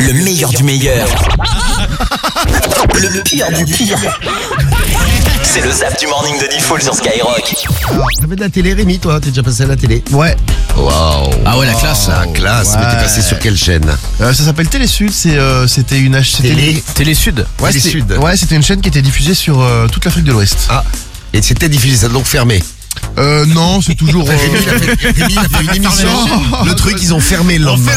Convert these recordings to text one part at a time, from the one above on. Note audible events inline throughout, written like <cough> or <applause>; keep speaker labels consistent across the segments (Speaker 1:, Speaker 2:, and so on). Speaker 1: Le meilleur du meilleur. <laughs> Le pire du pire. C'est le zap du morning de Diffoul sur Skyrock.
Speaker 2: Ah,
Speaker 3: Alors, t'as fait de la télé, Rémi, toi T'es déjà passé à la télé
Speaker 4: Ouais,
Speaker 3: Waouh
Speaker 2: Ah ouais, la classe.
Speaker 3: La classe, mais t'es
Speaker 4: Ouais.
Speaker 3: passé sur quelle chaîne
Speaker 4: euh, ça s'appelle Télésud, c'est, euh, c'était une H- c'était-
Speaker 3: Télé
Speaker 2: Télé-Sud.
Speaker 4: Ouais,
Speaker 3: Télé
Speaker 4: c'était-
Speaker 3: Sud.
Speaker 4: ouais, c'était une chaîne qui était diffusée sur euh, toute l'Afrique de l'Ouest.
Speaker 3: Ah, et c'était diffusé, ça a donc fermé.
Speaker 4: Euh, non, c'est toujours. euh,
Speaker 3: Rémi, il a fait- Rémi, il a fait une émission, le truc, ils ont <laughs> fermé le lendemain.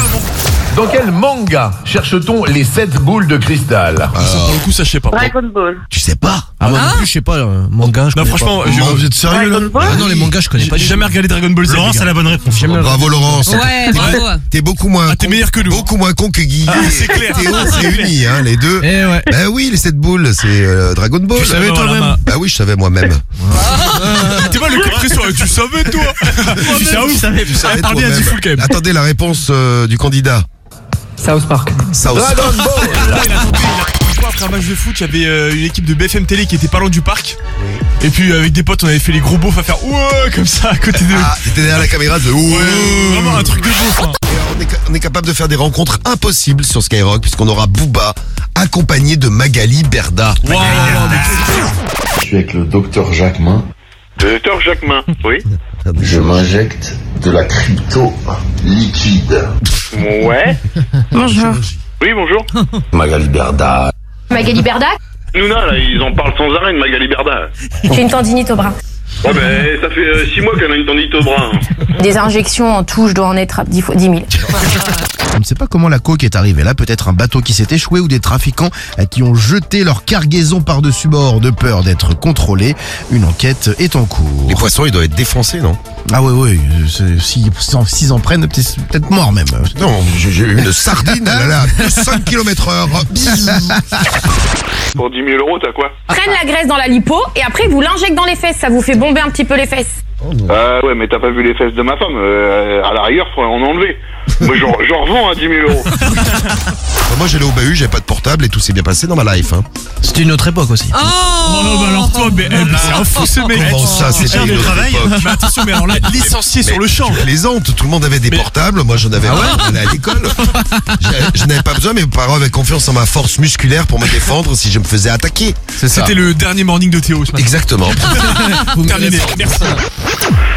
Speaker 5: Dans quel manga cherche-t-on les 7 boules de cristal
Speaker 6: Pour le coup, ça, je sais pas.
Speaker 7: Dragon Ball.
Speaker 3: Tu sais pas
Speaker 2: Ah, moi non plus, je sais pas, euh, manga. Je connais
Speaker 6: Hein Ah, Non, franchement,
Speaker 3: Ah,
Speaker 2: pas.
Speaker 6: je-
Speaker 4: Vous êtes sérieux là
Speaker 7: Dragon Ball.
Speaker 2: Ah non, les mangas, je connais pas
Speaker 6: J'ai
Speaker 2: du
Speaker 6: jamais regardé Dragon Ball Z. les gars.
Speaker 8: la bonne réponse.
Speaker 2: tout.
Speaker 3: Bravo Laurence.
Speaker 9: Ouais, bravo.
Speaker 3: T'es beaucoup moins
Speaker 6: Ah, t'es
Speaker 3: con-
Speaker 6: meilleur que nous.
Speaker 3: Beaucoup moins con que Guy.
Speaker 6: Ah, c'est clair.
Speaker 3: Théo
Speaker 6: C'est <laughs> clair.
Speaker 3: réunis, hein, les deux.
Speaker 2: Eh ouais.
Speaker 3: Ben oui, les 7 boules, c'est euh, Dragon Ball.
Speaker 6: Tu savais toi-même
Speaker 3: Bah oui, je savais moi-même.
Speaker 6: T'es pas le coup de pression, tu savais toi Tu savais Tu savais
Speaker 3: savais
Speaker 6: Parle bien à
Speaker 3: toi-même.
Speaker 6: Diffoul quand même
Speaker 3: Attendez la réponse euh, du candidat. South Park. South Park.
Speaker 6: Il a tombé, il a tombé. Je crois, Après un match de foot, j'avais euh, une équipe de BFM Télé qui était pas loin du parc. Et puis euh, avec des potes, on avait fait les gros beaufs à faire ouais comme ça à côté de.
Speaker 3: Ah, t'étais derrière la caméra, tu fais,
Speaker 6: Ouais,
Speaker 3: Ouh.
Speaker 6: euh, Vraiment un truc de beauf. hein.
Speaker 3: Et on est, ca- on est capable de faire des rencontres impossibles sur Skyrock puisqu'on aura Booba accompagné de Magali Berda.
Speaker 6: Waouh, mais
Speaker 10: Je suis avec le docteur Jacquemin.
Speaker 5: Docteur Jacquemin, oui
Speaker 10: Je m'injecte de la crypto liquide.
Speaker 5: Ouais
Speaker 7: Bonjour.
Speaker 5: Oui, bonjour.
Speaker 10: Magali Berda.
Speaker 9: Magali Berda,
Speaker 5: Nouna, là, ils en parlent sans arrêt de Magali Berda.
Speaker 9: j'ai une tendinite au bras.
Speaker 5: Oh ben, ça fait 6 mois qu'elle a une tendite au bras.
Speaker 9: Des injections en tout, je dois en être à 10 fois 10 000.
Speaker 4: On ne sait pas comment la coque est arrivée là. Peut-être un bateau qui s'est échoué ou des trafiquants euh, qui ont jeté leur cargaison par-dessus bord de peur d'être contrôlés. Une enquête est en cours.
Speaker 3: Les poissons, ils doivent être défoncés, non
Speaker 4: Ah ouais, ouais. euh, c'est- S'ils s'en- s'ils en prennent, peut-être peut-être mort même.
Speaker 3: Non, j'ai j'ai
Speaker 4: <laughs>
Speaker 3: eu une sardine, là, là, à 5 km heure.
Speaker 5: Pour 10 000 euros, t'as quoi
Speaker 9: Prennent la graisse dans la lipo et après vous l'injectent dans les fesses, ça vous fait bomber un petit peu les fesses.
Speaker 5: Ah ouais, mais t'as pas vu les fesses de ma femme. euh, à la rigueur, faudrait en enlever. Moi, j'en j'en revends à 10 000 euros.
Speaker 3: Moi, j'allais au bahut, j'avais pas de portable et tout s'est bien passé dans ma life. Hein.
Speaker 2: C'était une autre époque aussi.
Speaker 6: Oh non, mais alors toi, mais eh, mais c'est un fou ce mec.
Speaker 3: Comment ça,
Speaker 6: Tu
Speaker 3: c'était
Speaker 6: tiens
Speaker 3: une
Speaker 6: de
Speaker 3: autre
Speaker 6: travail
Speaker 3: époque.
Speaker 6: Mais attention, mais alors là, licencié sur le champ.
Speaker 3: Tu plaisantes, tout le monde avait des portables, moi j'en
Speaker 8: Ah
Speaker 3: avais pas, on allait à l'école.
Speaker 8: <laughs>
Speaker 3: J'avais- Je n'avais pas besoin, mes parents avaient confiance en ma force musculaire pour me défendre si je me faisais attaquer. C'est
Speaker 8: <laughs>
Speaker 6: C'était le dernier morning de Théo ce matin.
Speaker 3: Exactement.
Speaker 6: Terminé. Merci.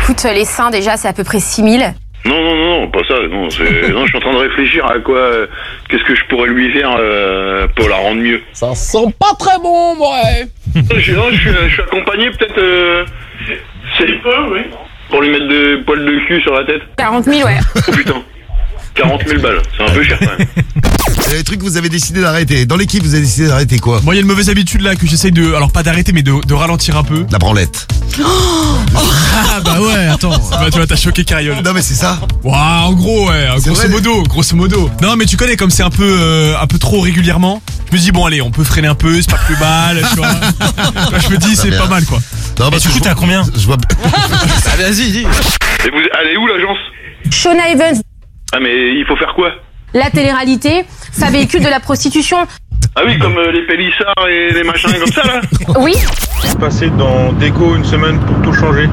Speaker 9: Écoute, les seins déjà c'est à peu près 6 000.
Speaker 5: Non, non, non, non, pas ça. Non, c'est- non, je suis en train de réfléchir à quoi. euh, Qu'est-ce que je pourrais lui faire euh, pour la rendre mieux
Speaker 1: Ça sent pas très bon, ouais.
Speaker 5: je, non, je, suis, je suis accompagné peut-être. euh, c'est peu, oui. Pour lui mettre de poils de cul sur la tête.
Speaker 9: 40 000, ouais.
Speaker 5: Oh putain. 40 000 balles, c'est un peu cher quand même.
Speaker 3: C'est <laughs> les trucs que vous avez décidé d'arrêter. Dans l'équipe, vous avez décidé d'arrêter quoi
Speaker 6: Moi, il y a une mauvaise habitude là que j'essaye de. Alors, pas d'arrêter, mais de, de ralentir un peu.
Speaker 3: La branlette.
Speaker 6: Ah bah ouais, attends. Bah, tu vois, t'as choqué Cariole.
Speaker 3: Non mais c'est ça.
Speaker 6: Ouah, en gros, ouais, grosso
Speaker 3: vrai.
Speaker 6: modo, grosso modo. Non, mais tu connais, comme c'est un peu, euh, un peu trop régulièrement, je me dis, bon, allez, on peut freiner un peu, c'est pas plus mal,
Speaker 8: <laughs>
Speaker 6: tu vois. Là, je me dis, c'est
Speaker 3: bien.
Speaker 6: pas mal, quoi.
Speaker 3: Non,
Speaker 8: du coup,
Speaker 3: je
Speaker 8: t'es à
Speaker 3: vois-
Speaker 8: combien
Speaker 3: je vois-
Speaker 2: Ah, vas-y, dis.
Speaker 5: Et vous allez où l'agence
Speaker 9: Shona Evans,
Speaker 5: Ah, mais il faut faire quoi
Speaker 9: la télé-réalité, ça véhicule de la prostitution.
Speaker 5: Ah oui, comme euh, les pélissards et les machins comme ça là
Speaker 9: Oui,
Speaker 10: Passer dans Déco une semaine pour tout changer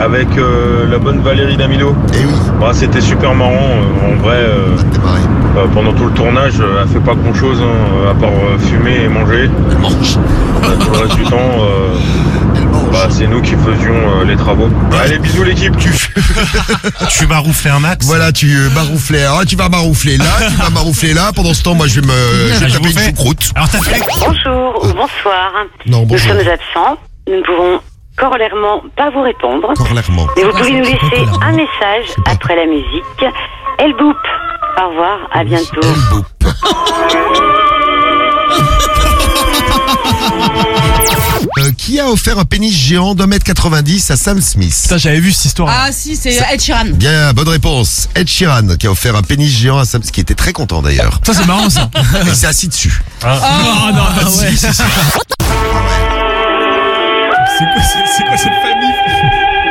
Speaker 10: avec euh, la bonne Valérie Damilo.
Speaker 3: Eh oui,
Speaker 10: Bah, c'était super marrant. euh, En vrai, euh,
Speaker 3: c'est pareil.
Speaker 10: euh, pendant tout le tournage, euh, elle fait pas grand chose à part euh, fumer et manger.
Speaker 3: Elle mange.
Speaker 10: Bah, tout le reste du temps, euh,
Speaker 3: Elle mange.
Speaker 10: bah, c'est nous qui faisions euh, les travaux. Allez, bisous l'équipe.
Speaker 8: Tu vas roufler un max.
Speaker 3: Voilà, tu euh, marouflais. Ah, tu vas maroufler là, tu vas maroufler là. Pendant ce temps, moi, je vais me, je vais
Speaker 8: Ah, je
Speaker 3: taper
Speaker 8: vous
Speaker 3: une
Speaker 8: fais.
Speaker 3: choucroute.
Speaker 8: Alors t'as fait
Speaker 7: Bonjour ou bonsoir.
Speaker 3: Non,
Speaker 7: Nous
Speaker 3: bonjour.
Speaker 7: sommes absents. Nous ne pouvons corollairement pas vous répondre.
Speaker 3: Corollairement.
Speaker 7: Mais vous pouvez nous laisser un message après la musique. Elle boupe. Au revoir, à bientôt.
Speaker 3: Elle boupe. Euh, qui a offert un pénis géant d'un mètre 90 à Sam Smith
Speaker 6: Putain, j'avais vu cette histoire.
Speaker 9: Ah si, c'est Ed Sheeran.
Speaker 3: Bien, bonne réponse. Ed Sheeran qui a offert un pénis géant à Sam Smith, qui était très content
Speaker 6: <laughs>
Speaker 3: d'ailleurs.
Speaker 6: Ça, c'est marrant, ça.
Speaker 3: Il s'est assis dessus.
Speaker 6: Ah, non, bah, si, si, si. C'est quoi, c'est- c'est quoi cette famille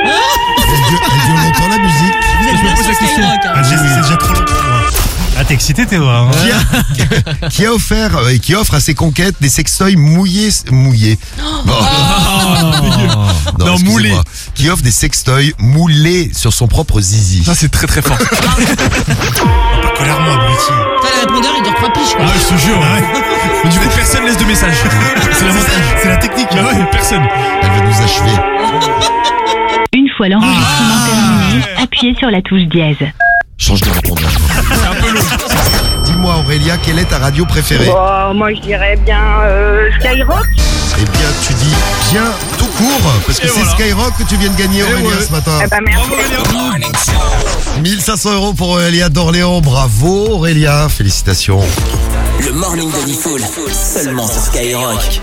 Speaker 3: Elle dure, elle dure longtemps la musique.
Speaker 6: Je me pose la question.
Speaker 8: Ah, j'ai- C'est déjà trop long pour moi. Ah, t'es excité, Théo. hein
Speaker 3: qui a, qui a offert euh, et qui offre à ses conquêtes des sextoys mouillés mouillés. Bon.
Speaker 6: Oh Ah
Speaker 8: Oh,
Speaker 6: Non,
Speaker 3: excusez-moi.
Speaker 6: moulés.
Speaker 3: Qui offre des sextoys moulés sur son propre zizi.
Speaker 6: <laughs> Ça, c'est très, très fort.
Speaker 8: Colère-moi, abruti.
Speaker 9: T'as la répondeur, il dort 3 piges quoi. <laughs>
Speaker 6: message. C'est la message.
Speaker 3: C'est la technique.
Speaker 6: Bah ouais, personne.
Speaker 3: Elle va nous achever.
Speaker 11: Une fois l'enregistrement
Speaker 9: Ah.
Speaker 11: terminé, appuyez sur la touche dièse.
Speaker 3: Change de répondeur.
Speaker 6: C'est un peu long.
Speaker 3: Dis-moi Aurélia, quelle est ta radio préférée
Speaker 12: Bon, Oh, moi je dirais bien euh, Skyrock.
Speaker 3: Eh bien, tu dis bien tout court, parce que
Speaker 6: Et
Speaker 3: c'est
Speaker 6: voilà.
Speaker 3: Skyrock que tu viens de gagner Aurélia
Speaker 6: ouais.
Speaker 3: ce matin.
Speaker 12: Eh ben merci.
Speaker 6: Bravo, Aurélien.
Speaker 3: 1500 euros pour Aurélia d'Orléans, bravo Aurélia, félicitations.
Speaker 1: Le morning de Nifoul, seulement sur Skyrock.